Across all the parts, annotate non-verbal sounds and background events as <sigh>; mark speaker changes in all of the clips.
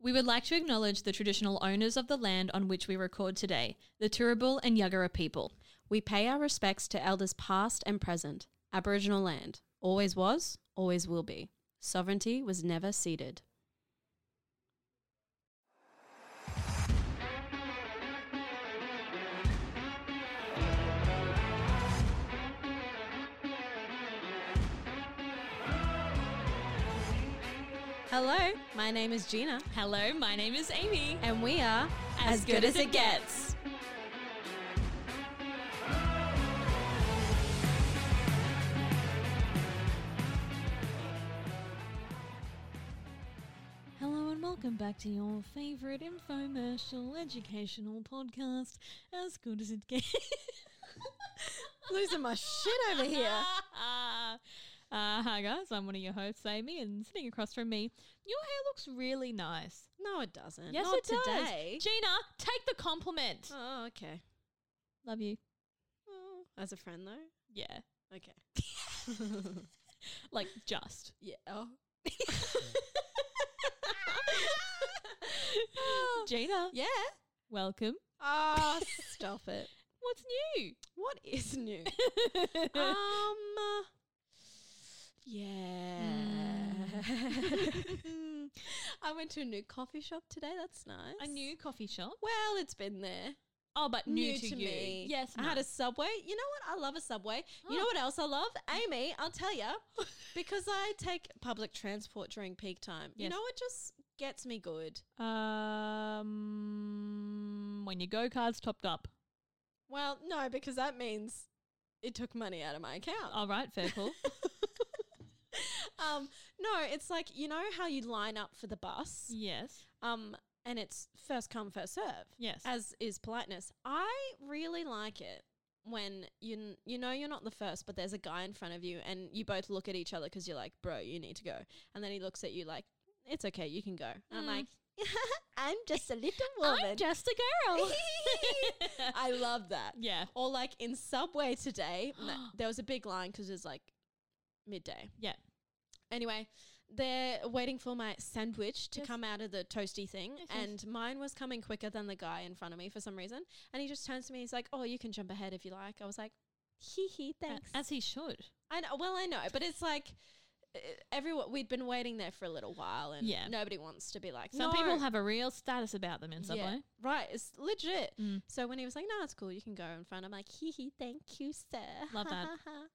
Speaker 1: We would like to acknowledge the traditional owners of the land on which we record today, the Turrbal and Yuggera people. We pay our respects to elders past and present. Aboriginal land always was, always will be. Sovereignty was never ceded. Hello, my name is Gina. Hello, my name is Amy. And we are As, Good as It Gets. Hello and welcome back to your favorite infomercial educational podcast, As Good as It Gets.
Speaker 2: losing my shit over <laughs> here.
Speaker 1: uh, hi guys, I'm one of your hosts, Amy, and sitting across from me, your hair looks really nice.
Speaker 2: No, it doesn't.
Speaker 1: Yes,
Speaker 2: Not
Speaker 1: it does.
Speaker 2: today.
Speaker 1: Gina, take the compliment.
Speaker 2: Oh, okay.
Speaker 1: Love you.
Speaker 2: Oh, as a friend, though.
Speaker 1: Yeah,
Speaker 2: Okay.
Speaker 1: like
Speaker 2: <laughs>
Speaker 1: just.
Speaker 2: Yeah. Oh.
Speaker 1: <laughs> Gina,
Speaker 2: Yeah.
Speaker 1: welcome. Ah,
Speaker 2: Oh, <laughs> stop it.
Speaker 1: What's new? <laughs>
Speaker 2: What is <laughs> new? um. uh,
Speaker 1: Um,
Speaker 2: <laughs> Yeah. Mm.
Speaker 1: <laughs>
Speaker 2: I went to a new coffee shop today. That's nice.
Speaker 1: A new coffee shop.
Speaker 2: Well, it's been there.
Speaker 1: Oh, but new, to, you.
Speaker 2: me.
Speaker 1: Yes,
Speaker 2: I had a
Speaker 1: nice.
Speaker 2: subway. You know what? I love a subway. You
Speaker 1: Oh.
Speaker 2: know what else I
Speaker 1: <laughs>
Speaker 2: love? Amy, I'll tell you, because I take public transport during peak time. You
Speaker 1: Yes.
Speaker 2: know what just gets me good?
Speaker 1: um when your go kart's topped up.
Speaker 2: Well, no, because that means it took money out of my account.
Speaker 1: All right, fair
Speaker 2: <laughs>
Speaker 1: call.
Speaker 2: Um, no, it's like you know how you line up for the bus,
Speaker 1: yes.
Speaker 2: um, and it's first come first serve.
Speaker 1: Yes.
Speaker 2: as is politeness. I really like it when you n- you know you're not the first, but there's a guy in front of you, and you both look at each other because you're like, "Bro, you need to go," and then he looks at you like, "It's okay, you can go." And I'm
Speaker 1: Mm.
Speaker 2: like, <laughs> "I'm just a little woman.
Speaker 1: I'm just a <laughs> girl.
Speaker 2: <laughs> I love that."
Speaker 1: <laughs> yeah.
Speaker 2: Or like in Subway today,
Speaker 1: <gasps>
Speaker 2: ma- there was a big line because it's like midday.
Speaker 1: Yeah.
Speaker 2: Anyway, they're waiting for my sandwich to
Speaker 1: Yes.
Speaker 2: come out of the toasty thing,
Speaker 1: Yes, yes.
Speaker 2: and mine was coming quicker than the guy in front of me for some reason. And he just turns to me, he's like, "Oh, you can jump ahead if you like." I was like, "Hee hee,
Speaker 1: A-
Speaker 2: thanks."
Speaker 1: As he should.
Speaker 2: I know, well, I know, but it's like. uh, Everyone, we'd been waiting there for a little while, and
Speaker 1: Yeah.
Speaker 2: nobody wants to be like.
Speaker 1: Some
Speaker 2: "No."
Speaker 1: people have a real status about them in some
Speaker 2: Yeah,
Speaker 1: way.
Speaker 2: right? It's legit.
Speaker 1: Mm.
Speaker 2: So when he was like, "No, it's cool. You can go in front," I'm like, "Hee hee, thank you, sir."
Speaker 1: Love that.
Speaker 2: <laughs>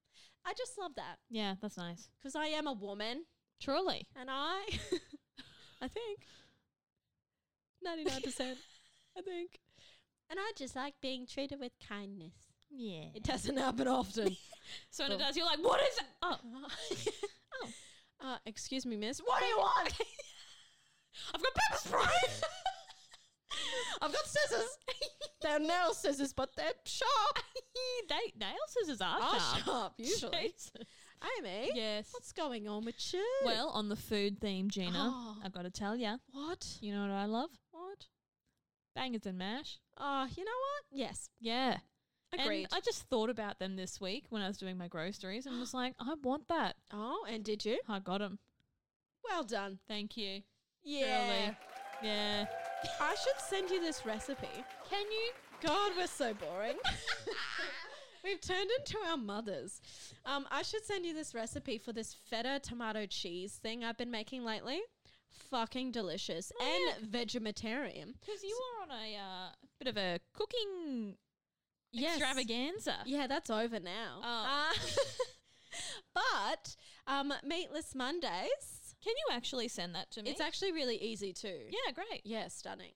Speaker 2: I just love that
Speaker 1: Yeah, that's nice.
Speaker 2: because I am a woman,
Speaker 1: Truly.
Speaker 2: and I, <laughs> I think, ninety nine
Speaker 1: <laughs>
Speaker 2: percent, I think, and I just like being treated with kindness.
Speaker 1: Yeah.
Speaker 2: It doesn't happen
Speaker 1: <laughs>
Speaker 2: often.
Speaker 1: So when it
Speaker 2: Well-
Speaker 1: does, you're like, what
Speaker 2: <laughs>
Speaker 1: is it? Oh,
Speaker 2: oh. Uh, excuse me, miss. What do you <laughs> want?
Speaker 1: I've got
Speaker 2: <laughs>
Speaker 1: pepper spray.
Speaker 2: I've got scissors. <laughs> they're nail scissors, but they're <laughs> sharp.
Speaker 1: they, nail scissors are
Speaker 2: Are
Speaker 1: sharp.
Speaker 2: sharp, usually.
Speaker 1: Jesus.
Speaker 2: Amy,
Speaker 1: Yes.
Speaker 2: what's going on with you?
Speaker 1: Well, on the food theme, Gina,
Speaker 2: Oh.
Speaker 1: I've got to tell ya.
Speaker 2: what?
Speaker 1: You know what I love?
Speaker 2: What?
Speaker 1: Bangers and mash.
Speaker 2: Oh, you know what? Yes,
Speaker 1: Yeah.
Speaker 2: agreed.
Speaker 1: And I just thought about them this week when I was doing my groceries and was like, I want that.
Speaker 2: oh, and did you?
Speaker 1: I got 'em.
Speaker 2: Well done.
Speaker 1: Thank you.
Speaker 2: Yeah.
Speaker 1: Truly. Yeah.
Speaker 2: I should send you this recipe.
Speaker 1: Can you?
Speaker 2: God, we're so
Speaker 1: <laughs>
Speaker 2: boring. We've turned into our mothers. Um, I should send you this recipe for this feta tomato cheese thing I've been making lately. Fucking delicious
Speaker 1: Oh,
Speaker 2: and vegetarian.
Speaker 1: Because you are on a uh, bit of a cooking extravaganza.
Speaker 2: Yeah, that's over now.
Speaker 1: Oh.
Speaker 2: Uh, <laughs> but um, meatless Mondays.
Speaker 1: Can you actually send that to me?
Speaker 2: It's actually really easy too.
Speaker 1: yeah, great.
Speaker 2: Yeah, stunning.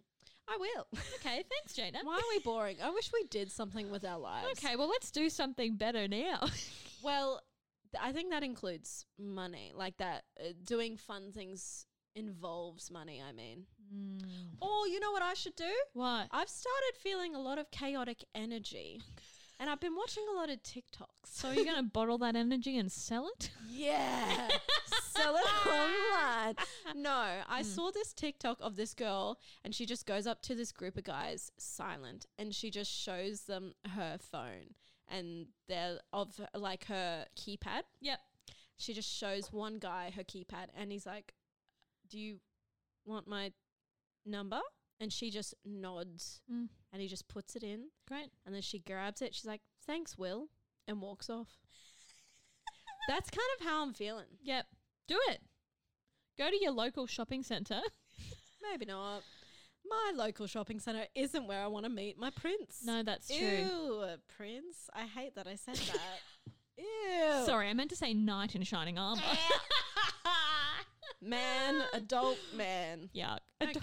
Speaker 2: I will.
Speaker 1: Okay, thanks,
Speaker 2: <laughs>
Speaker 1: Jada.
Speaker 2: Why are
Speaker 1: <laughs>
Speaker 2: we boring? I wish we did something with our lives.
Speaker 1: Okay, well, let's do something better now.
Speaker 2: Well, Th- I think that includes money, like that uh, doing fun things involves money. I mean, oh, you know what I should do?
Speaker 1: <laughs> Mm. What?
Speaker 2: I've started feeling a lot of chaotic energy, and I've been watching a lot of TikToks.
Speaker 1: So you're gonna bottle that energy and sell it?
Speaker 2: <laughs> Yeah.
Speaker 1: <laughs>
Speaker 2: Sell it online. No, I
Speaker 1: Hmm.
Speaker 2: saw this TikTok of this girl and she just goes up to this group of guys silent and she just shows them her phone and they're of like her keypad.
Speaker 1: Yep.
Speaker 2: She just shows one guy her keypad and he's like, Do you want my number? And she just nods
Speaker 1: Mm.
Speaker 2: and he just puts it in
Speaker 1: Great.
Speaker 2: and then she grabs it. She's like, Thanks, Will, and walks off.
Speaker 1: <laughs>
Speaker 2: That's kind of how I'm feeling.
Speaker 1: Yep. Do it. Go to your local shopping centre.
Speaker 2: Maybe not. My local shopping center isn't where I want to meet my prince.
Speaker 1: No, that's
Speaker 2: Ew,
Speaker 1: true.
Speaker 2: prince. I hate that I said
Speaker 1: <laughs>
Speaker 2: that. Ew.
Speaker 1: Sorry, <laughs> I meant to say knight in shining armour.
Speaker 2: <laughs> Man, adult man.
Speaker 1: Yuck. Ado-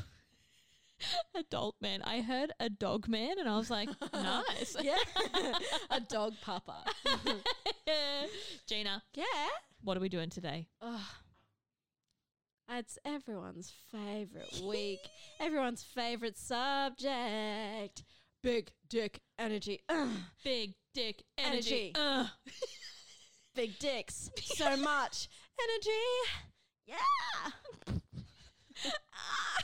Speaker 1: <laughs> adult man. I heard a dog man and I was <laughs> like, nice.
Speaker 2: Yeah. <laughs> A dog papa.
Speaker 1: Gina,
Speaker 2: <laughs> Yeah.
Speaker 1: what are we doing today?
Speaker 2: Ugh. It's everyone's favorite <laughs> week, everyone's favorite subject. Big dick energy. Ugh.
Speaker 1: Big dick
Speaker 2: energy.
Speaker 1: Ugh.
Speaker 2: big <laughs> dicks so much energy <laughs> yeah Ah. <laughs>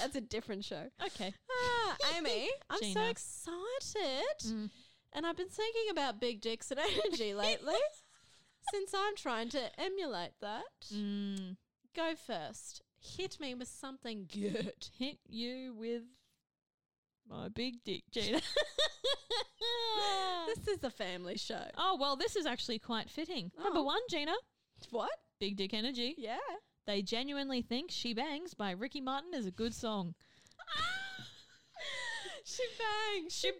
Speaker 2: that's a different show
Speaker 1: <laughs> Okay.
Speaker 2: ah,
Speaker 1: <laughs>
Speaker 2: amy i'm so
Speaker 1: Gina. Mm.
Speaker 2: excited and i've been thinking about big dicks and <laughs> energy lately since i'm trying to emulate that
Speaker 1: Mm.
Speaker 2: go first hit me with something
Speaker 1: <laughs>
Speaker 2: good
Speaker 1: Hit you with my big dick, Gina. <laughs>
Speaker 2: this is a family show
Speaker 1: oh, well, this is actually quite fitting. Number
Speaker 2: Oh.
Speaker 1: one, Gina,
Speaker 2: what
Speaker 1: Big Dick Energy.
Speaker 2: yeah
Speaker 1: They genuinely think She Bangs by Ricky Martin is a good song. Ah!
Speaker 2: she bangs she,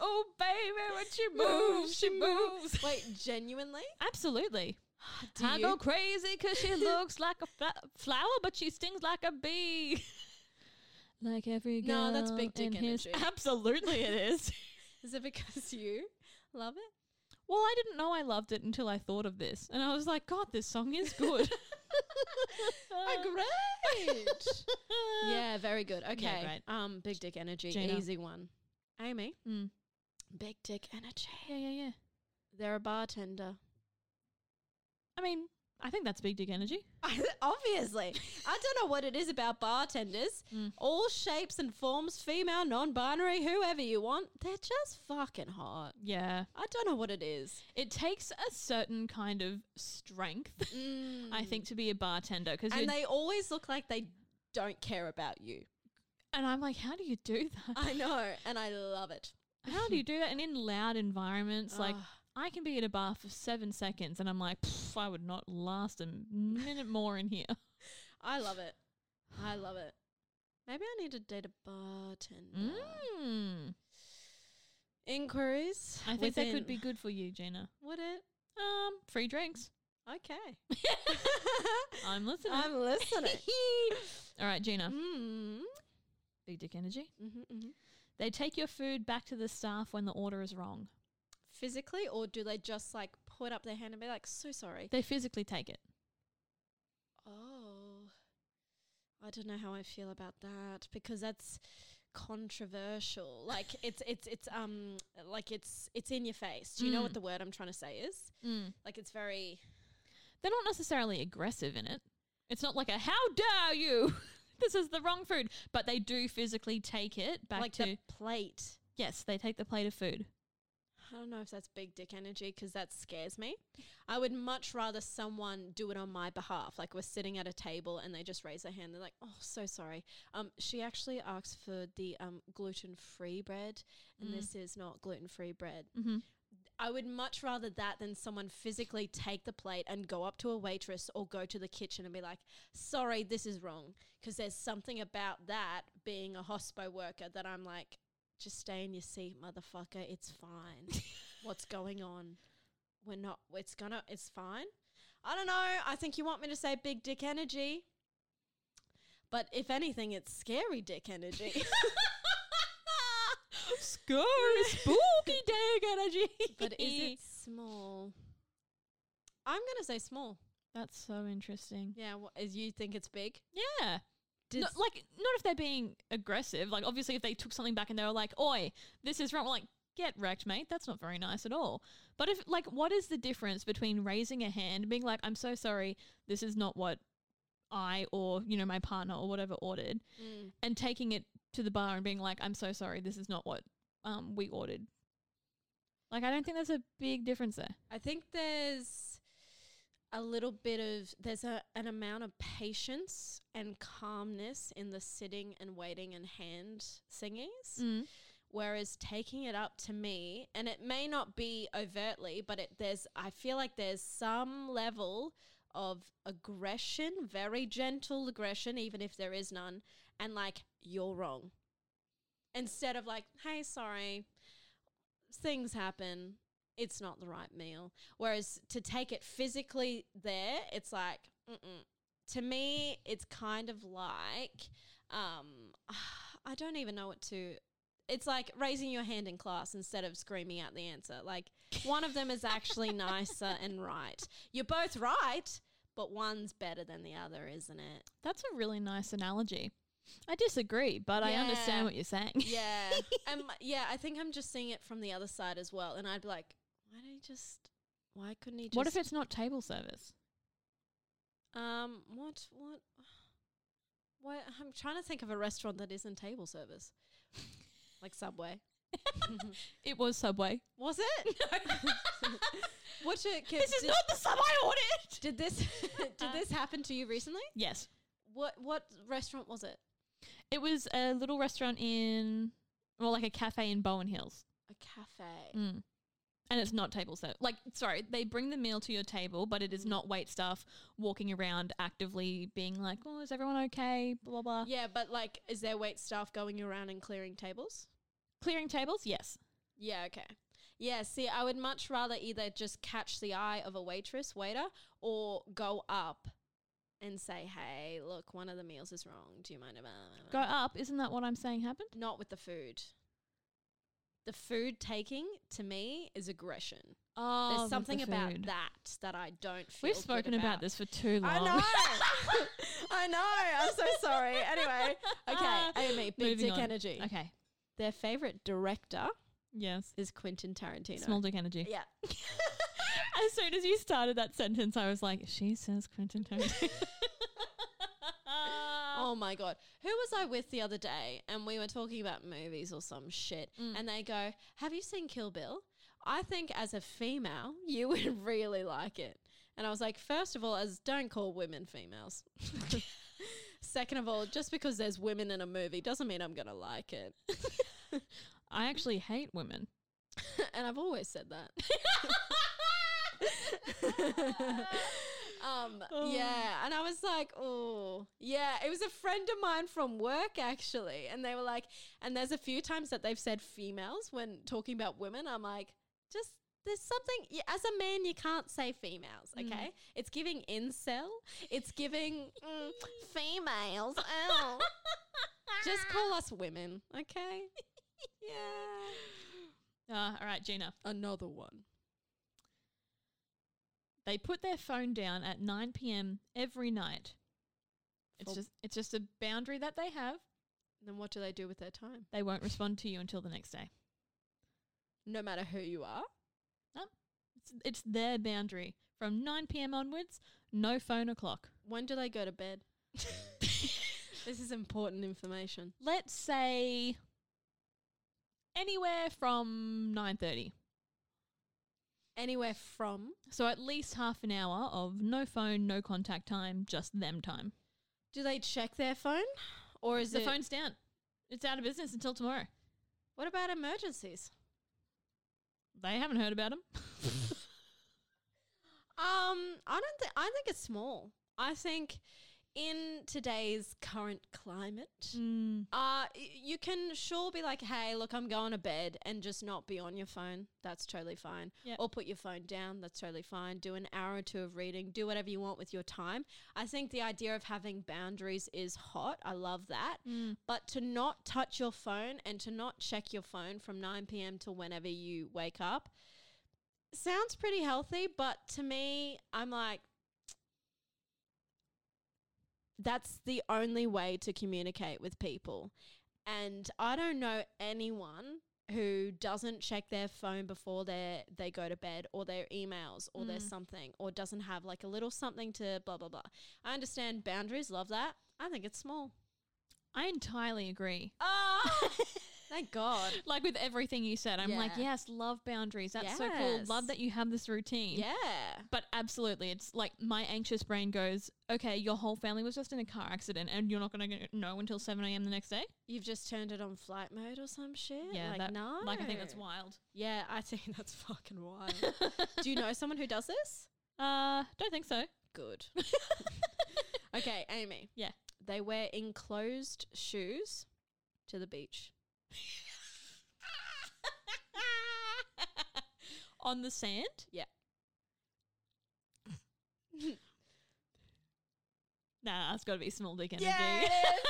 Speaker 1: Oh, baby, when she
Speaker 2: Wait, genuinely?
Speaker 1: Absolutely.
Speaker 2: Do
Speaker 1: I
Speaker 2: you?
Speaker 1: go crazy because <laughs> she looks like a fla- flower, but she stings like a bee. <laughs> like every girl.
Speaker 2: No, that's big
Speaker 1: in
Speaker 2: dick
Speaker 1: his-
Speaker 2: energy.
Speaker 1: <laughs> Absolutely, it is.
Speaker 2: Is it because you love it?
Speaker 1: <laughs> well, I didn't know I loved it until I thought of this, and I was like, God, this song is
Speaker 2: <laughs>
Speaker 1: <laughs> good.
Speaker 2: Ah,
Speaker 1: <laughs>
Speaker 2: Great. <laughs> yeah, very good. Okay.
Speaker 1: great.
Speaker 2: Um, big dick energy,
Speaker 1: Gina.
Speaker 2: easy one. Amy,
Speaker 1: Mm.
Speaker 2: big dick energy.
Speaker 1: Yeah, yeah, yeah.
Speaker 2: They're a bartender.
Speaker 1: I mean, I think that's big dick energy.
Speaker 2: <laughs> Obviously, I don't know what it is about bartenders. All shapes and forms, female, non-binary, whoever you want, they're just fucking hot.
Speaker 1: Yeah.
Speaker 2: I don't know what it is.
Speaker 1: It takes a certain kind of strength,
Speaker 2: Mm.
Speaker 1: I think, to be a bartender. Because
Speaker 2: And
Speaker 1: Mm. and,
Speaker 2: they always look like they don't care about you. <laughs>
Speaker 1: and I'm like, how do you do that?
Speaker 2: I know, and I love it.
Speaker 1: How do you do that? And in loud environments, like
Speaker 2: Ah.
Speaker 1: I can be at a bar for seven seconds, and I'm like, "Pff, I would not last a minute more in here.
Speaker 2: <laughs> I love it. I love it. Maybe I need to date a bartender.
Speaker 1: Mm.
Speaker 2: Inquiries.
Speaker 1: I think that could be
Speaker 2: within.
Speaker 1: good for you, Gina.
Speaker 2: Would it?
Speaker 1: Um, free drinks. <laughs>
Speaker 2: Okay. <laughs>
Speaker 1: I'm listening.
Speaker 2: I'm listening.
Speaker 1: <laughs> All right, Gina.
Speaker 2: mm.
Speaker 1: Big dick energy.
Speaker 2: hmm hmm
Speaker 1: They take your food back to the staff when the order is wrong.
Speaker 2: Physically, or do they just like put up their hand and be like, so sorry?
Speaker 1: They physically take it.
Speaker 2: Oh. I don't know how I feel about that because that's controversial. Like it's it's it's um like it's it's in your face. Do you know what
Speaker 1: Mm.
Speaker 2: the word I'm trying to say is?
Speaker 1: Mm.
Speaker 2: Like it's very
Speaker 1: They're not necessarily aggressive in it. It's not like a "How dare you!" <laughs> this is the wrong food, but they do physically take it back
Speaker 2: like
Speaker 1: to.
Speaker 2: the plate.
Speaker 1: yes, they take the plate of food.
Speaker 2: I don't know if that's big dick energy because that scares me. I would much rather someone do it on my behalf. Like we're sitting at a table and they just raise their hand. They're like, "Oh, so sorry." Um, she actually asked for the um gluten free bread, and this is not gluten free bread.
Speaker 1: Mhm.
Speaker 2: I would much rather that than someone physically take the plate and go up to a waitress or go to the kitchen and be like, "Sorry, this is wrong." Because there's something about that being a hospo worker that I'm like, just stay in your seat, motherfucker. It's fine. What's going on? We're not. It's gonna. It's fine. I don't know. I think you want me to say big dick energy, but if anything, it's scary dick
Speaker 1: <laughs>
Speaker 2: energy.
Speaker 1: Scary, spooky dick energy. <laughs>
Speaker 2: but is it Small. I'm gonna say small.
Speaker 1: That's so interesting.
Speaker 2: Yeah, wha- is you think it's big?
Speaker 1: Yeah.
Speaker 2: Did
Speaker 1: Not- like, not if they're being aggressive. Like, obviously, if they took something back and they were like, oi, this is wrong, we're like, get wrecked, mate. That's not very nice at all. But if, like, what is the difference between raising a hand and being like, I'm so sorry, this is not what I or, you know, my partner or whatever ordered,
Speaker 2: Mm.
Speaker 1: and taking it to the bar and being like, I'm so sorry, this is not what um, we ordered? Like, I don't think there's a big difference there.
Speaker 2: I think there's a little bit of there's a, an amount of patience and calmness in the sitting and waiting and hand singies. Whereas taking it up to me, and it may not be overtly, but it, there's I feel like there's some level of aggression, very gentle aggression, even if there is none, and like you're wrong. Instead of like, hey, sorry, things happen. It's not the right meal. Whereas to take it physically there, it's like, mm-mm. to me, it's kind of like, um, <sighs> I don't even know what to. It's like raising your hand in class instead of screaming out the answer. Like one of them is <laughs> actually nicer and right. You're both right, but one's better than the other, isn't it?
Speaker 1: That's a really nice analogy. I disagree, but I
Speaker 2: Yeah.
Speaker 1: understand what you're saying.
Speaker 2: <laughs>
Speaker 1: <laughs>
Speaker 2: Yeah. um, yeah, I think I'm just seeing it from the other side as well. And I'd be like, why did he just, why couldn't he just?
Speaker 1: what if it's not table service?
Speaker 2: Um, what, what, what? I'm trying to think of a restaurant that isn't table service, like Subway.
Speaker 1: It was Subway.
Speaker 2: Was <laughs> it? What's it? Can,
Speaker 1: this is
Speaker 2: did,
Speaker 1: not the Subway ordered.
Speaker 2: Did this <laughs> did this happen to you recently?
Speaker 1: Yes,
Speaker 2: Uh, What what restaurant was it?
Speaker 1: it was a little restaurant in, well, like a cafe in Bowen Hills,
Speaker 2: A cafe.
Speaker 1: mm. and it's not table service. Like, sorry, they bring the meal to your table, but it is not wait staff walking around actively being like, "Oh, is everyone okay?" Blah blah. blah.
Speaker 2: Yeah, but like, is there wait staff going around and clearing tables?
Speaker 1: Clearing tables, yes.
Speaker 2: Yeah, okay. Yeah, see, I would much rather either just catch the eye of a waitress, waiter, or go up and say, "Hey, look, one of the meals is wrong. Do you mind if I
Speaker 1: Go up, isn't that what I'm saying happened?
Speaker 2: Not with the food. The food taking to me is aggression.
Speaker 1: Oh,
Speaker 2: There's something about that that I don't feel.
Speaker 1: We've
Speaker 2: good
Speaker 1: spoken about this for too long.
Speaker 2: I <laughs> know. I know. I'm so sorry.
Speaker 1: <laughs>
Speaker 2: Anyway, <laughs> Ah, okay, Amy, big
Speaker 1: Ah, Moving
Speaker 2: dick
Speaker 1: on.
Speaker 2: energy.
Speaker 1: Okay.
Speaker 2: Their favorite director
Speaker 1: Yes.
Speaker 2: is Quentin Tarantino.
Speaker 1: Small dick energy.
Speaker 2: <laughs> Yeah.
Speaker 1: <laughs> As soon as you started that sentence, I was like, she says Quentin <laughs> Tarantino.
Speaker 2: Oh my god. Who was I with the other day and we were talking about movies or some shit and they go, "Have you seen Kill Bill? I think as a female, <laughs> you would really like it." And I was like, first of all, as don't call women females." Second of all, just because there's women in a movie doesn't mean I'm going to like it.
Speaker 1: I actually hate women.
Speaker 2: and I've always said that. um, Yeah, and I was like, oh, yeah. It was a friend of mine from work actually, and they were like, and there's a few times that they've said females when talking about women. I'm like, just there's something y- as a man you can't say females. Okay, it's giving incel. It's giving mm, females. Oh. Just call us women, okay? yeah.
Speaker 1: Uh, all right, Gina.
Speaker 2: Another one.
Speaker 1: They put their phone down at 9 p.m. every night. It's
Speaker 2: For-
Speaker 1: just it's just a boundary that they have.
Speaker 2: Then what do they do with their time?
Speaker 1: They won't respond to you until the next day.
Speaker 2: No matter who you are.
Speaker 1: It's, it's their boundary. From 9 p.m. onwards, no phone o'clock.
Speaker 2: When do they go to <laughs> bed? this is important information.
Speaker 1: let's say anywhere from 9:30
Speaker 2: Anywhere from.
Speaker 1: so at least half an hour of no phone no contact time just them time
Speaker 2: Do they check their phone? Or is
Speaker 1: the
Speaker 2: it.
Speaker 1: phone's down it's out of business until tomorrow
Speaker 2: What about emergencies?
Speaker 1: they haven't heard <laughs> about them
Speaker 2: Um, I don't think. I think it's small. I think in today's current climate,
Speaker 1: Mm,
Speaker 2: uh, y- you can sure be like, hey, look, I'm going to bed and just not be on your phone. That's totally fine.
Speaker 1: Yep.
Speaker 2: Or put your phone down. That's totally fine. Do an hour or two of reading. Do whatever you want with your time. I think the idea of having boundaries is hot. I love that. But to not touch your phone and to not check your phone from 9 p.m. to whenever you wake up sounds pretty healthy, but to me, I'm like, that's the only way to communicate with people. And I don't know anyone who doesn't check their phone before they they go to bed or their emails or
Speaker 1: Mm.
Speaker 2: their something or doesn't have like a little something to blah blah blah. I understand boundaries, love that. I think it's small.
Speaker 1: I entirely agree. Ah!
Speaker 2: Oh, <laughs> thank God.
Speaker 1: <laughs> Like with everything you said, I'm like,
Speaker 2: Yeah.
Speaker 1: yes, love boundaries. That's so cool.
Speaker 2: Yes.
Speaker 1: Love that you have this routine.
Speaker 2: Yeah.
Speaker 1: But absolutely, it's like my anxious brain goes, okay, your whole family was just in a car accident and you're not going to know until 7 a.m. the next day?
Speaker 2: You've just turned it on flight mode or some shit. like
Speaker 1: that-
Speaker 2: no.
Speaker 1: Like, I think
Speaker 2: <laughs>
Speaker 1: that's wild.
Speaker 2: Yeah, I think that's fucking
Speaker 1: <laughs>
Speaker 2: wild. Do you know someone who does this?
Speaker 1: Uh, don't think so. <laughs>
Speaker 2: Good. okay, Amy.
Speaker 1: Yeah.
Speaker 2: They wear enclosed shoes to the beach.
Speaker 1: On the sand?
Speaker 2: Yeah.
Speaker 1: Nah, it's got to be small dick energy. <laughs> Um,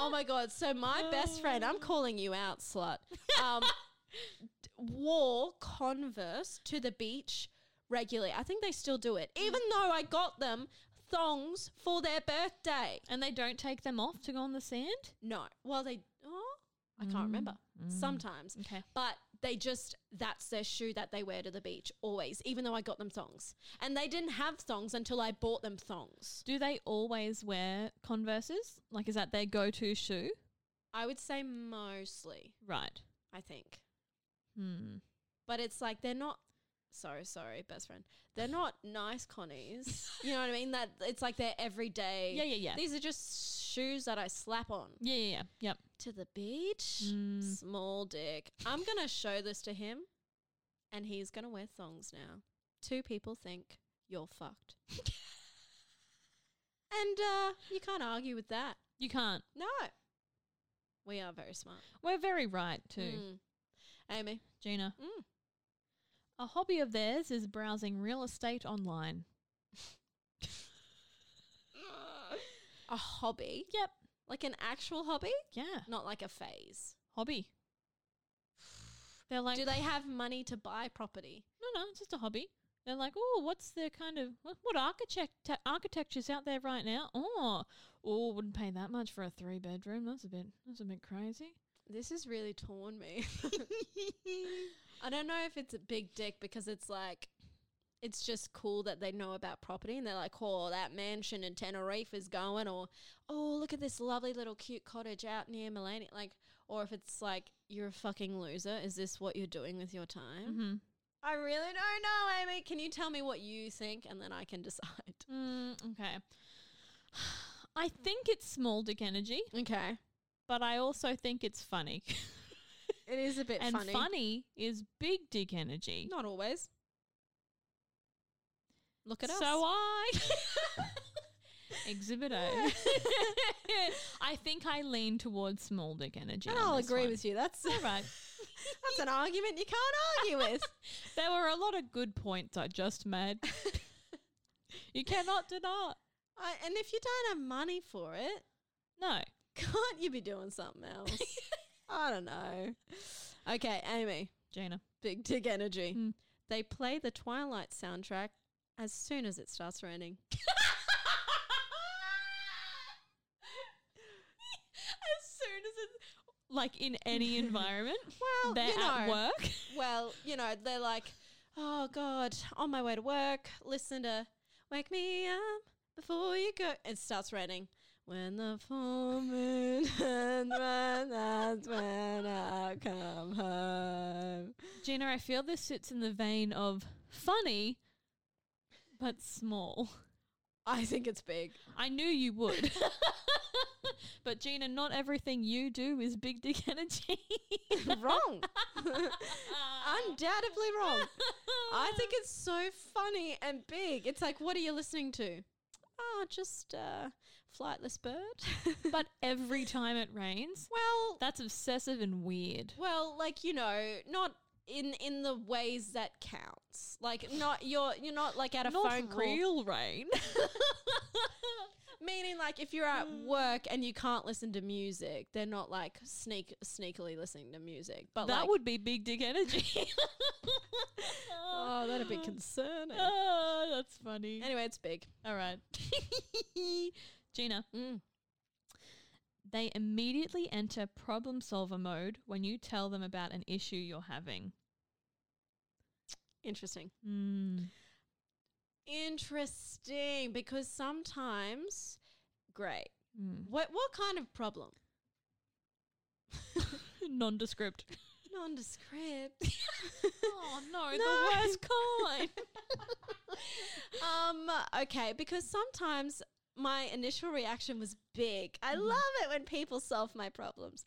Speaker 2: Oh my god! So my best friend, I'm calling you out, slut. Um, d- wore Converse to the beach regularly. I think they still do it, even though I got them thongs for their birthday.
Speaker 1: and they don't take them off to go on the sand?
Speaker 2: No, well they. Oh, I can't remember. Sometimes,
Speaker 1: Mm. Okay.
Speaker 2: but they just that's their shoe that they wear to the beach always. Even though I got them thongs, and they didn't have thongs until I bought them thongs.
Speaker 1: Do they always wear Converses? Like, is that their go to shoe?
Speaker 2: I would say mostly,
Speaker 1: Right.
Speaker 2: I think.
Speaker 1: Hmm.
Speaker 2: but it's like they're not sorry sorry best friend
Speaker 1: <laughs>
Speaker 2: they're not nice connies you know what i mean that it's like they're everyday
Speaker 1: Yeah, yeah, yeah.
Speaker 2: these are just shoes that i slap on
Speaker 1: Yeah, yeah, yeah. Yep.
Speaker 2: to the beach
Speaker 1: Mm.
Speaker 2: small dick i'm gonna show this to him and he's gonna wear thongs now two people think you're
Speaker 1: <laughs>
Speaker 2: fucked and uh you can't argue with that
Speaker 1: You can't.
Speaker 2: no we are very smart
Speaker 1: We're very right, too,
Speaker 2: Mm. amy
Speaker 1: Gina.
Speaker 2: Mm.
Speaker 1: A hobby of theirs is browsing real estate online.
Speaker 2: a hobby
Speaker 1: Yep.
Speaker 2: like an actual hobby
Speaker 1: Yeah.
Speaker 2: not like a phase.
Speaker 1: Hobby. <sighs> They're like,
Speaker 2: Do they have money to buy property?
Speaker 1: No, no, it's just a hobby. They're like, oh, what's the kind of what, what architect architecture's out there right now? Oh, oh, wouldn't pay that much for a three bedroom. That's a bit, that's a bit crazy.
Speaker 2: This has really torn
Speaker 1: <laughs>
Speaker 2: me. I don't know if it's a big dick because it's like, it's just cool that they know about property and they're like, oh, that mansion in Tenerife is going, or oh, look at this lovely little cute cottage out near Millennium. Like, or if it's like, you're a fucking loser. Is this what you're doing with your time?
Speaker 1: Mm-hmm.
Speaker 2: I really don't know, Amy. Can you tell me what you think and then I can decide?
Speaker 1: Mm, okay. <sighs> I think it's small dick energy,
Speaker 2: Okay.
Speaker 1: but I also think it's funny.
Speaker 2: It is a bit
Speaker 1: <laughs> and
Speaker 2: funny.
Speaker 1: funny. is big dick energy.
Speaker 2: Not always. Look at
Speaker 1: so
Speaker 2: us. <laughs>
Speaker 1: I exhibit O. I think I lean towards small dick energy.
Speaker 2: and
Speaker 1: on
Speaker 2: I'll
Speaker 1: this
Speaker 2: agree
Speaker 1: one.
Speaker 2: with you. That's
Speaker 1: All right.
Speaker 2: <laughs> That's an argument you can't argue with. <laughs>
Speaker 1: There were a lot of good points I just made. you cannot deny.
Speaker 2: I, and if you don't have money for it,
Speaker 1: No.
Speaker 2: can't you be doing something <laughs> else? I don't know. Okay, Amy,
Speaker 1: Gina.
Speaker 2: big dig energy.
Speaker 1: Mm.
Speaker 2: Hmm. They play the Twilight soundtrack as soon as it starts <laughs> raining.
Speaker 1: as soon as it's like in <laughs> any environment.
Speaker 2: Well,
Speaker 1: they're
Speaker 2: you
Speaker 1: at
Speaker 2: know.
Speaker 1: work.
Speaker 2: <laughs> Well, you know, they're like, oh God, on my way to work, listen to Wake Me Up Before You Go. It starts raining. When the full moon <laughs> and when that's when I come home.
Speaker 1: <laughs> Gina, I feel this sits in the vein of funny but small.
Speaker 2: I think it's big.
Speaker 1: <laughs> I knew you would. <laughs> but Gina, not everything you do is big dick <laughs> energy.
Speaker 2: wrong.
Speaker 1: <laughs> Uh,
Speaker 2: Undoubtedly wrong. I think it's so funny and big. It's like, what are you listening to? Oh, just uh, Flightless Bird.
Speaker 1: but every time it rains,
Speaker 2: well,
Speaker 1: that's obsessive and weird.
Speaker 2: Well, like you know, not in in the ways that
Speaker 1: <laughs>
Speaker 2: counts. Like not you're you're not like at a phone call.
Speaker 1: rain.
Speaker 2: <laughs> Meaning, like, if you're at work and you can't listen to music, they're not like sneak sneakily listening to music. But
Speaker 1: that
Speaker 2: like, <laughs>
Speaker 1: would be big dick <laughs> energy.
Speaker 2: oh, that'd
Speaker 1: <laughs>
Speaker 2: be concerning.
Speaker 1: Oh, that's funny.
Speaker 2: <sighs> Anyway, it's big.
Speaker 1: All right. <laughs> Gina,
Speaker 2: Mm.
Speaker 1: they immediately enter problem solver mode when you tell them about an issue you're having.
Speaker 2: Interesting. Hmm.
Speaker 1: Mm.
Speaker 2: Interesting, because sometimes, great.
Speaker 1: Mm.
Speaker 2: What what kind of problem?
Speaker 1: <laughs> Nondescript.
Speaker 2: Nondescript. <laughs>
Speaker 1: oh, <laughs> no,
Speaker 2: No.
Speaker 1: the worst
Speaker 2: <laughs>
Speaker 1: kind.
Speaker 2: um, okay, because sometimes my initial reaction was big. I love it when people solve my problems.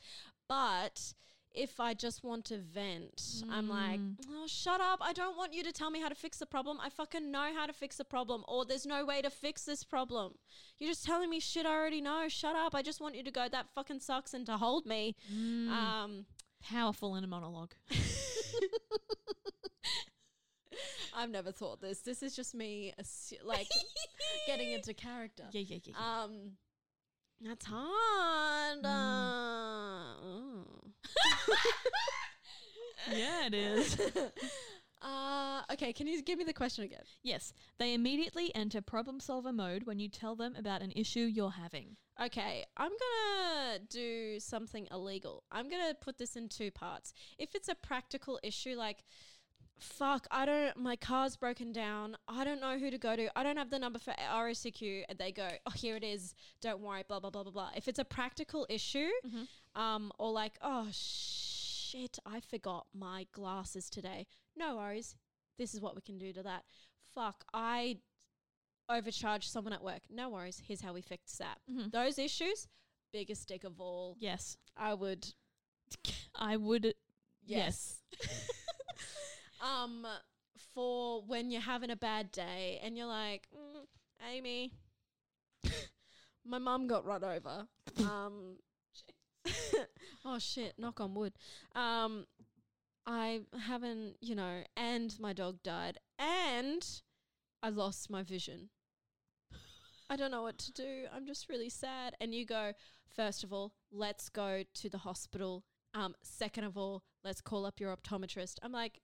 Speaker 2: But if I just want to vent, I'm like, oh, shut up. I don't want you to tell me how to fix the problem. I fucking know how to fix the problem, or there's no way to fix this problem. You're just telling me shit I already know. Shut up. I just want you to go, that fucking sucks, and to hold me. Um,
Speaker 1: Powerful in
Speaker 2: <laughs>
Speaker 1: a monologue.
Speaker 2: <laughs> I've never thought this. This is just me, assu- like, getting <laughs> into character.
Speaker 1: Yeah, yeah, yeah. yeah.
Speaker 2: Um, that's hard.
Speaker 1: yeah,
Speaker 2: Mm.
Speaker 1: it is.
Speaker 2: Uh, <laughs> uh, okay, can you give me the question again?
Speaker 1: Yes, they immediately enter problem solver mode when you tell them about an issue you're having.
Speaker 2: Okay, I'm gonna do something illegal. I'm gonna put this in two parts. If it's a practical issue, like, fuck, I don't, my car's broken down. I don't know who to go to. I don't have the number for RSCQ. And they go, oh, here it is. Don't worry, blah, blah, blah, blah, blah. If it's a practical issue, um, or like, oh, shit, I forgot my glasses today. No worries. This is what we can do to that. Fuck, I overcharged someone at work. No worries. Here's how we fix that. Those issues, biggest dick of all.
Speaker 1: Yes, <laughs>
Speaker 2: I would
Speaker 1: I would.
Speaker 2: Yes. <laughs> um, for when you're having a bad day and you're like, mm, Amy, my mum got run over. Um, oh shit! Knock on wood. Um, I haven't, you know, and my dog died, and I lost my vision. I don't know what to do. I'm just really sad. And you go, first of all, let's go to the hospital. Um, second of all, let's call up your optometrist. I'm like,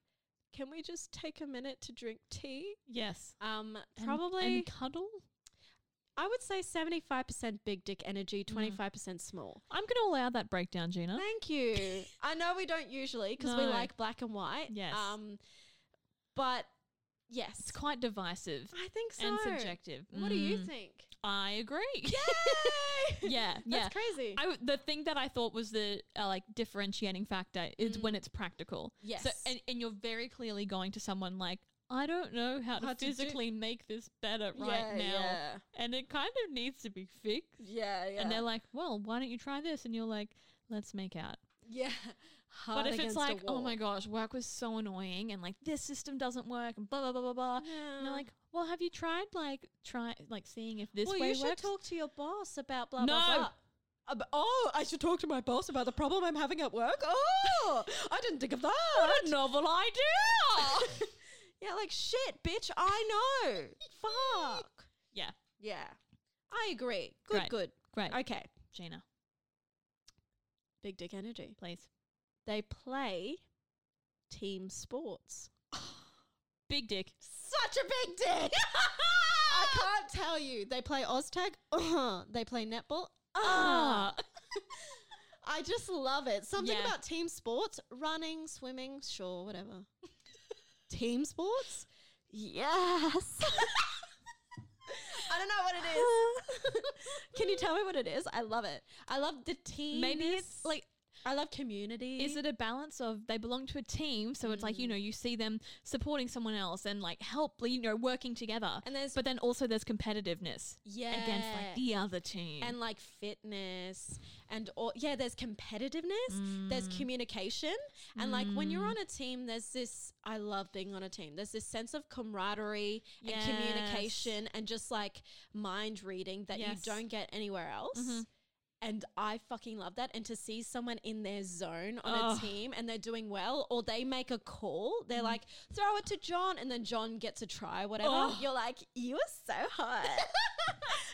Speaker 2: can we just take a minute to drink tea?
Speaker 1: Yes,
Speaker 2: Um,
Speaker 1: And-
Speaker 2: probably,
Speaker 1: and cuddle.
Speaker 2: I would say 75% big dick
Speaker 1: Mm.
Speaker 2: energy, 25% small.
Speaker 1: I'm going to allow that breakdown, Gina.
Speaker 2: Thank
Speaker 1: <laughs>
Speaker 2: you. I know we don't usually because we
Speaker 1: No.
Speaker 2: like black and white.
Speaker 1: Yes.
Speaker 2: Um, but yes,
Speaker 1: It's quite divisive
Speaker 2: I think so.
Speaker 1: and subjective.
Speaker 2: What do you
Speaker 1: Mm.
Speaker 2: think?
Speaker 1: <laughs> I agree.
Speaker 2: <laughs> Yay!
Speaker 1: yeah, yeah.
Speaker 2: <laughs> That's crazy.
Speaker 1: I w- the thing that I thought was the uh, like differentiating factor is when it's practical. So
Speaker 2: Mm. Yes.
Speaker 1: and, and you're very clearly going to someone like I don't know how to
Speaker 2: How to do-
Speaker 1: physically make this better right
Speaker 2: Yeah,
Speaker 1: now,
Speaker 2: yeah.
Speaker 1: and it kind of needs to be fixed.
Speaker 2: yeah, yeah.
Speaker 1: And they're like, well, why don't you try this? And you're like, let's make out.
Speaker 2: yeah. Hard
Speaker 1: but if
Speaker 2: against
Speaker 1: it's
Speaker 2: a
Speaker 1: like, oh
Speaker 2: wall.
Speaker 1: my gosh, work was so annoying and like this system doesn't work and blah, blah, blah, blah, blah. And
Speaker 2: Yeah.
Speaker 1: they're like, well, have you tried like try like seeing if this
Speaker 2: well,
Speaker 1: way
Speaker 2: you should
Speaker 1: works?
Speaker 2: talk to your boss about blah
Speaker 1: No.
Speaker 2: blah blah. Ab- oh, I should talk to my boss about the problem I'm having at work. <laughs> Oh, I didn't think of that.
Speaker 1: what a novel idea.
Speaker 2: <laughs> yeah, like shit, bitch. I know. Fuck.
Speaker 1: yeah.
Speaker 2: Yeah, I agree. Good,
Speaker 1: Great.
Speaker 2: good.
Speaker 1: Great.
Speaker 2: Okay.
Speaker 1: Gina,
Speaker 2: Big dick energy.
Speaker 1: please.
Speaker 2: They play team sports.
Speaker 1: Big dick.
Speaker 2: Such a big dick. <laughs> I can't tell you. They play Oztag. Uh-huh. <clears throat> They play netball. Uh.
Speaker 1: Ah.
Speaker 2: <laughs> I just love it. Something
Speaker 1: Yeah.
Speaker 2: about team sports, running, swimming, sure, whatever. <laughs> team sports? Yes. <laughs> I don't know what it is. <laughs> Can you tell me what it is? I love it. I love the team.
Speaker 1: Maybe it's like
Speaker 2: I love community.
Speaker 1: Is it a balance of they belong to a team, so it's like
Speaker 2: Mm.
Speaker 1: you know you see them supporting someone else and like help, you know, working together.
Speaker 2: And there's-
Speaker 1: but then also there's competitiveness against
Speaker 2: Yeah.
Speaker 1: like the other team.
Speaker 2: and like fitness and all yeah there's competitiveness there's
Speaker 1: Mm.
Speaker 2: communication and like when you're on a team there's this i love being on a team there's this sense of camaraderie
Speaker 1: Yes.
Speaker 2: and communication and just like mind reading that
Speaker 1: Yes. Mm-hmm.
Speaker 2: you don't get anywhere else And I fucking love that. And to see someone in their zone on
Speaker 1: Oh.
Speaker 2: a team and they're doing well, or they make a call, they're
Speaker 1: Mm-hmm.
Speaker 2: like, throw it to John, and then John gets a try, whatever.
Speaker 1: Oh. <laughs>
Speaker 2: You're like, you are so hot.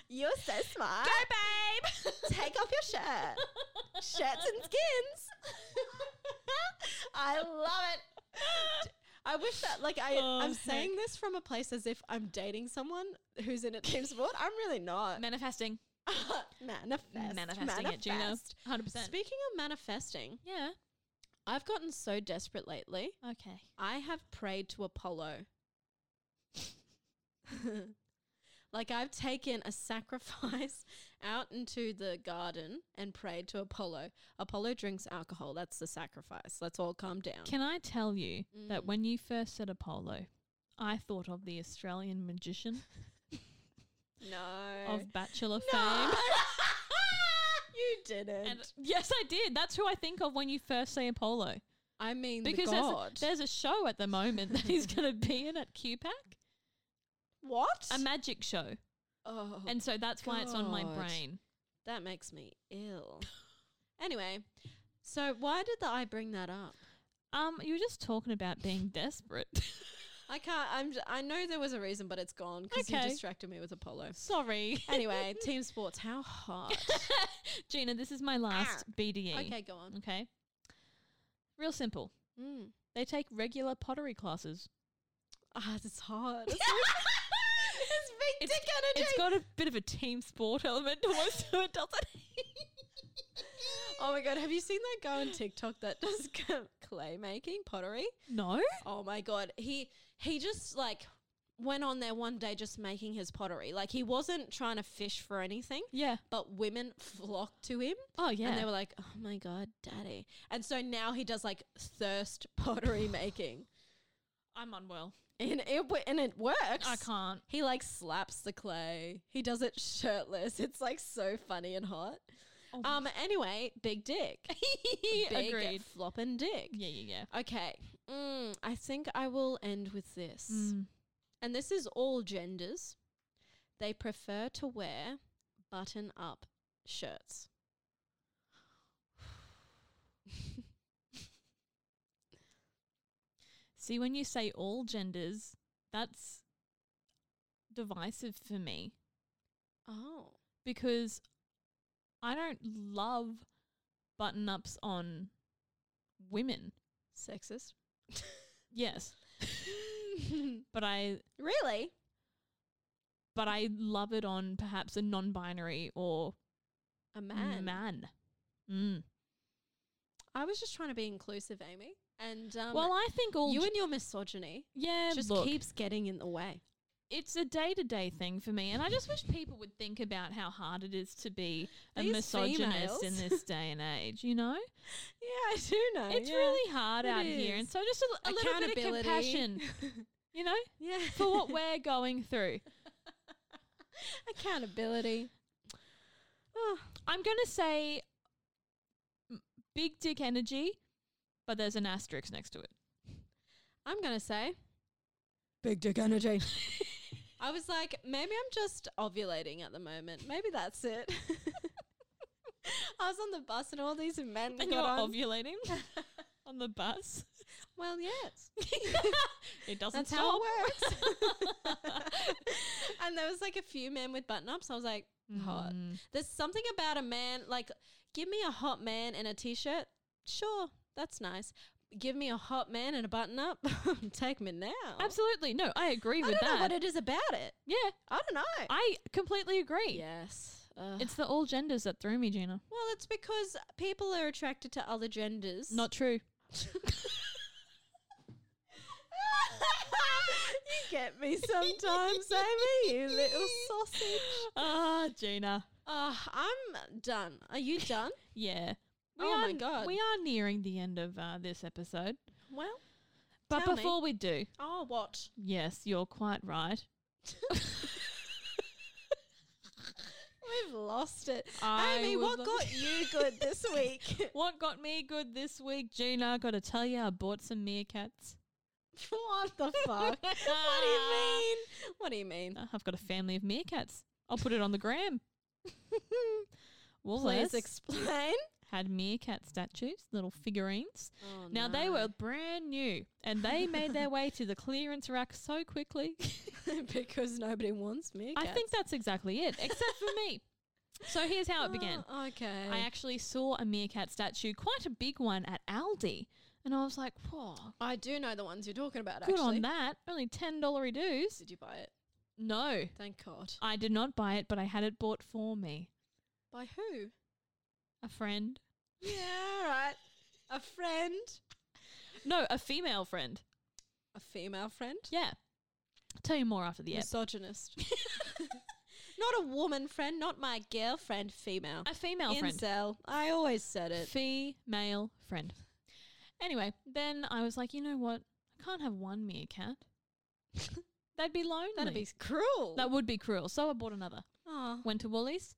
Speaker 2: You're so smart.
Speaker 1: Go, babe.
Speaker 2: Take off your shirt. Shirts and skins. I love it. I wish that, like, I,
Speaker 1: Oh,
Speaker 2: I'm
Speaker 1: heck.
Speaker 2: saying this from a place as if I'm dating someone who's in a
Speaker 1: <laughs>
Speaker 2: team sport. I'm really not.
Speaker 1: <laughs> Manifesting.
Speaker 2: <laughs> manifest.
Speaker 1: Manifesting it, Gina.
Speaker 2: manifest.
Speaker 1: 100%.
Speaker 2: Speaking of manifesting,
Speaker 1: yeah.
Speaker 2: I've gotten so desperate lately.
Speaker 1: Okay.
Speaker 2: I have prayed to Apollo. <laughs> like I've taken a sacrifice <laughs> out into the garden and prayed to Apollo. Apollo drinks alcohol. That's the sacrifice. Let's all calm down.
Speaker 1: Can I tell you
Speaker 2: Mm.
Speaker 1: that when you first said Apollo, I thought of the Australian
Speaker 2: <laughs>
Speaker 1: magician
Speaker 2: no.
Speaker 1: of Bachelor
Speaker 2: no. <laughs>
Speaker 1: fame. <laughs>
Speaker 2: you didn't.
Speaker 1: And yes, I did. That's who I think of when you first say Apollo.
Speaker 2: I mean, the
Speaker 1: Because there's a,
Speaker 2: god.
Speaker 1: there's a show at the moment that he's going to be in at QPAC,
Speaker 2: what?
Speaker 1: a magic show.
Speaker 2: oh,
Speaker 1: and so that's why it's on my
Speaker 2: God.
Speaker 1: brain.
Speaker 2: that makes me ill. anyway, so why did I bring that up?
Speaker 1: Um, you were just talking about being desperate. <laughs>
Speaker 2: I can't. I'm. j- I know there was a reason, but it's gone because you
Speaker 1: Okay.
Speaker 2: distracted me with Apollo.
Speaker 1: Sorry. <laughs>
Speaker 2: Anyway, team sports. How hot?
Speaker 1: Gina, this is my last BDE.
Speaker 2: Ah. okay, go on.
Speaker 1: Okay. Real simple.
Speaker 2: Mm.
Speaker 1: They take regular pottery classes.
Speaker 2: Ah, it's hot.
Speaker 1: <laughs>
Speaker 2: It's, it's big
Speaker 1: It's-
Speaker 2: dick energy.
Speaker 1: It's got a bit of a team sport element almost to it, doesn't it?
Speaker 2: <laughs> oh my god, have you seen that guy on TikTok that does <laughs> clay making pottery?
Speaker 1: No.
Speaker 2: Oh my god, he he just like went on there one day just making his pottery. Like he wasn't trying to fish for anything.
Speaker 1: Yeah.
Speaker 2: But women flocked to him.
Speaker 1: Oh yeah.
Speaker 2: And they were like, oh my God, daddy. And so now he does like thirst <laughs> pottery making.
Speaker 1: I'm unwell.
Speaker 2: And it, wo- and it works.
Speaker 1: I can't.
Speaker 2: He like slaps the clay. He does it shirtless. It's like so funny and hot.
Speaker 1: Oh.
Speaker 2: Um. Anyway, big dick. big
Speaker 1: <laughs> Agreed.
Speaker 2: flopping dick.
Speaker 1: Yeah, yeah,
Speaker 2: Okay. Mm, I think I will end with this.
Speaker 1: yeah. Mm.
Speaker 2: And this is all genders. They prefer to wear button up shirts.
Speaker 1: See, when you say all genders, that's divisive for me
Speaker 2: Oh.
Speaker 1: because I don't love button ups on women.
Speaker 2: Sexist.
Speaker 1: Yes, but I
Speaker 2: <laughs> really?
Speaker 1: but I love it on perhaps a non-binary or
Speaker 2: A man.
Speaker 1: man. Mm.
Speaker 2: I was just trying to be inclusive, Amy. And um,
Speaker 1: well, I think all
Speaker 2: you
Speaker 1: g-
Speaker 2: and your misogyny
Speaker 1: yeah,
Speaker 2: just
Speaker 1: look,
Speaker 2: keeps getting in the way.
Speaker 1: it's a day to day thing for me, and I just wish people would think about how hard it is to be a
Speaker 2: These
Speaker 1: misogynist in
Speaker 2: females.
Speaker 1: this day and age. You know,
Speaker 2: Yeah, I do know.
Speaker 1: it's really hard
Speaker 2: It
Speaker 1: out here, and
Speaker 2: is.
Speaker 1: so just a, a little bit of compassion, <laughs> you know,
Speaker 2: yeah. <laughs>
Speaker 1: for what we're going through.
Speaker 2: accountability. Oh,
Speaker 1: I'm gonna say m- big dick energy, but there's an asterisk next to it.
Speaker 2: I'm gonna say big dick energy. I was like, maybe I'm just ovulating at the moment. Maybe that's it. <laughs> I was on the bus and all these men
Speaker 1: And
Speaker 2: got
Speaker 1: you're
Speaker 2: on.
Speaker 1: ovulating
Speaker 2: <laughs>
Speaker 1: on the bus.
Speaker 2: well,
Speaker 1: <laughs>
Speaker 2: yes. <laughs>
Speaker 1: It doesn't
Speaker 2: That's
Speaker 1: stop.
Speaker 2: how it works. <laughs> and there was like a few men with button ups. I was like, hot.
Speaker 1: Mm-hmm.
Speaker 2: There's something about a man, like, give me a hot man and a t shirt. Sure, that's nice. Give me a hot man and a button up. <laughs> Take me now.
Speaker 1: Absolutely. No, I agree
Speaker 2: I
Speaker 1: with
Speaker 2: don't
Speaker 1: that.
Speaker 2: know what it is about it.
Speaker 1: yeah,
Speaker 2: I don't know.
Speaker 1: I completely agree.
Speaker 2: yes. Ugh.
Speaker 1: It's the all genders that threw me, Gina.
Speaker 2: well, it's because people are attracted to other genders. <laughs>
Speaker 1: Not true.
Speaker 2: you get me sometimes, Amy, you little sausage.
Speaker 1: Ah, Gina.
Speaker 2: Uh, I'm done. Are you done?
Speaker 1: Yeah.
Speaker 2: Oh my
Speaker 1: are,
Speaker 2: God.
Speaker 1: We are nearing the end of uh, this episode.
Speaker 2: <laughs> well,
Speaker 1: But
Speaker 2: Tell me.
Speaker 1: before we do,
Speaker 2: oh, what?
Speaker 1: yes, you're quite right.
Speaker 2: We've lost it.
Speaker 1: I
Speaker 2: Amy,
Speaker 1: was
Speaker 2: what
Speaker 1: lo-
Speaker 2: got you good
Speaker 1: <laughs>
Speaker 2: this week?
Speaker 1: What got me good this week, Gina? Got to tell you, I bought some meerkats.
Speaker 2: what the fuck? what
Speaker 1: <laughs>
Speaker 2: do you mean? What do you mean?
Speaker 1: Uh, I've got a family of meerkats. I'll put it on the gram. Well,
Speaker 2: Please
Speaker 1: that's-
Speaker 2: explain.
Speaker 1: had meerkat statues, little figurines.
Speaker 2: Oh,
Speaker 1: now they
Speaker 2: no.
Speaker 1: were brand new, and <laughs> they made their way to the clearance rack so quickly.
Speaker 2: <laughs> because nobody wants me.
Speaker 1: I think that's exactly it, except for <laughs> me. So here's how it began.
Speaker 2: Ah, okay.
Speaker 1: I actually saw a meerkat statue, quite a big one, at Aldi, and I was like, "Whoa,
Speaker 2: I do know the ones you're talking about.
Speaker 1: good
Speaker 2: actually.
Speaker 1: on that! Only ten dollary dues."
Speaker 2: Did you buy it?
Speaker 1: No,
Speaker 2: Thank God.
Speaker 1: I did not buy it, but I had it bought for me.
Speaker 2: By who?
Speaker 1: A friend?
Speaker 2: Yeah, right. A friend.
Speaker 1: No, a female friend.
Speaker 2: A female friend.
Speaker 1: Yeah. I'll tell you more after the episode.
Speaker 2: <laughs> Misogynist. not a woman friend. Not my girlfriend. Female.
Speaker 1: A female friend.
Speaker 2: Incel. I always said it.
Speaker 1: Female friend. Anyway, then I was like, you know what? I can't have
Speaker 2: <laughs>
Speaker 1: one meerkat. That'd be lonely.
Speaker 2: That'd be cruel. Oh.
Speaker 1: that would be cruel. So I bought another.
Speaker 2: Aw.
Speaker 1: Went to Woolies.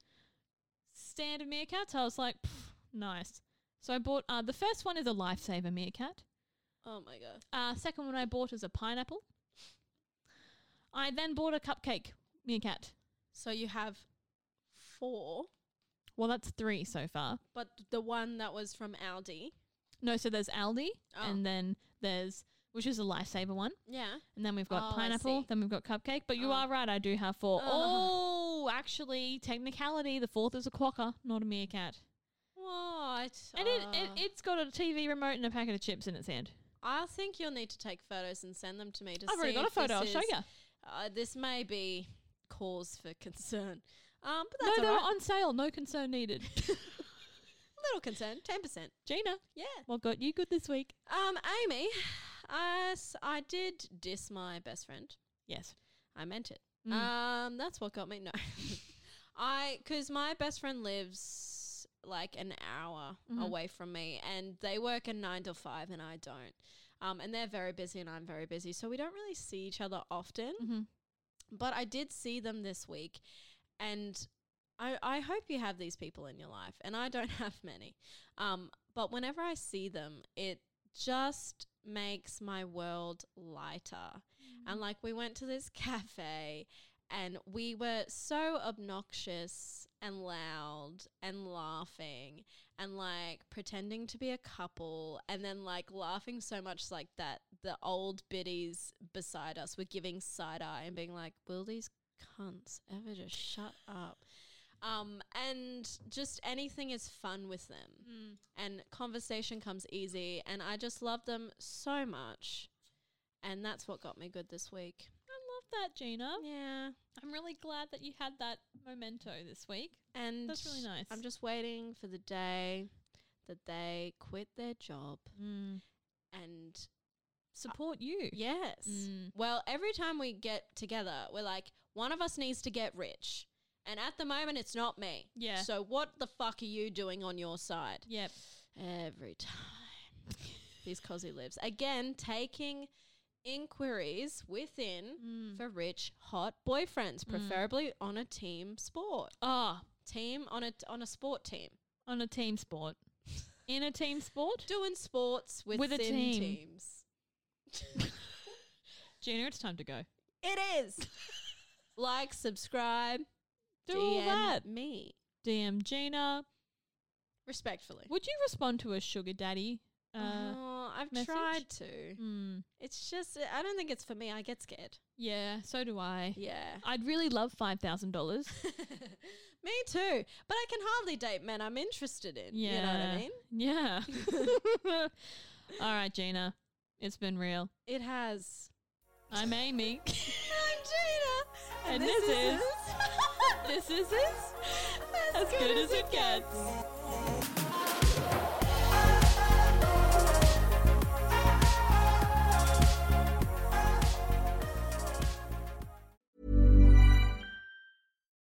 Speaker 1: Standard meerkats. I was like, "Pff, nice. So I bought uh, the first one is a lifesaver meerkat.
Speaker 2: Oh my god.
Speaker 1: Uh, second one I bought is a pineapple. I then bought a cupcake meerkat.
Speaker 2: So you have four,
Speaker 1: Well, that's three so far.
Speaker 2: but the one that was from Aldi.
Speaker 1: No, so there's Aldi,
Speaker 2: Oh.
Speaker 1: and then there's which is a lifesaver one,
Speaker 2: Yeah.
Speaker 1: and then we've got
Speaker 2: Oh, I
Speaker 1: pineapple,
Speaker 2: see.
Speaker 1: then we've got cupcake. But you
Speaker 2: Oh.
Speaker 1: are right, I do have four.
Speaker 2: Uh-huh.
Speaker 1: Oh, actually, technicality, the fourth is a quokka, not a meerkat,
Speaker 2: What?
Speaker 1: and it, it
Speaker 2: Ah.
Speaker 1: it's got a TV remote and a packet of chips in its hand.
Speaker 2: I think you'll need to take photos and send them to me to
Speaker 1: I've already
Speaker 2: see
Speaker 1: got a
Speaker 2: if
Speaker 1: photo. I'll
Speaker 2: this
Speaker 1: show
Speaker 2: is-
Speaker 1: you.
Speaker 2: Uh, this may be cause for concern. Um, but
Speaker 1: No,
Speaker 2: that's
Speaker 1: they
Speaker 2: all
Speaker 1: were
Speaker 2: right. <laughs>
Speaker 1: on sale. No concern needed.
Speaker 2: little concern, ten percent.
Speaker 1: Gina,
Speaker 2: Yeah.
Speaker 1: what got you good this week?
Speaker 2: Um, Amy, as I did diss my best friend.
Speaker 1: Yes.
Speaker 2: I meant it.
Speaker 1: Mm.
Speaker 2: Um, that's what got me. No, <laughs> I because my best friend lives like an hour
Speaker 1: Mhm.
Speaker 2: away from me, and they work a nine to five, and I don't. Um, and they're very busy, and I'm very busy, so we don't really see each other often.
Speaker 1: Mhm.
Speaker 2: But I did see them this week, and I I hope you have these people in your life, and I don't <laughs> have many. Um, but whenever I see them, it just makes my world lighter. And like we went to this <laughs> cafe and we were so obnoxious and loud and laughing and like pretending to be a couple and then like laughing so much like that the old biddies beside us were giving side eye and being like, Will these cunts ever just shut up? Um, and just anything is fun with them and conversation comes easy and i just love them so much and that's what got me good this week
Speaker 1: I love that, Gina.
Speaker 2: yeah
Speaker 1: I'm really glad that you had that memento this week.
Speaker 2: and
Speaker 1: That's really nice.
Speaker 2: i'm just waiting for the day that they quit their job Mm. and
Speaker 1: Support you.
Speaker 2: yes
Speaker 1: Mm.
Speaker 2: well every time we get together we're like one of us needs to get rich and at the moment it's not me
Speaker 1: Yeah.
Speaker 2: so what the fuck are you doing on your side
Speaker 1: Yep.
Speaker 2: every time <laughs> these cosy lives again taking inquiries within
Speaker 1: Mm.
Speaker 2: for rich hot boyfriends preferably on a team sport
Speaker 1: Ah,
Speaker 2: team on a on a sport team
Speaker 1: on a team sport. In a team sport?
Speaker 2: <laughs> doing sports within
Speaker 1: With a team.
Speaker 2: teams <laughs>
Speaker 1: Gina, it's time to go.
Speaker 2: it is like subscribe
Speaker 1: Do all
Speaker 2: DM
Speaker 1: that.
Speaker 2: me
Speaker 1: DM Gina.
Speaker 2: respectfully
Speaker 1: Would you respond to a sugar daddy? Uh,
Speaker 2: oh, i've
Speaker 1: message?
Speaker 2: tried to
Speaker 1: hmm.
Speaker 2: it's just uh, i don't think it's for me i get
Speaker 1: <laughs>
Speaker 2: scared
Speaker 1: Yeah, so do I.
Speaker 2: yeah <laughs>
Speaker 1: I'd really love $5,000.
Speaker 2: Me too. But I can hardly date men I'm interested in.
Speaker 1: Yeah.
Speaker 2: You know what I mean?
Speaker 1: Yeah.
Speaker 2: <laughs>
Speaker 1: all right, Gina. It's been real.
Speaker 2: It has.
Speaker 1: I'm Amy.
Speaker 2: I'm Gina.
Speaker 1: And this is- this is
Speaker 2: <laughs>
Speaker 1: as, <laughs> as good as it gets.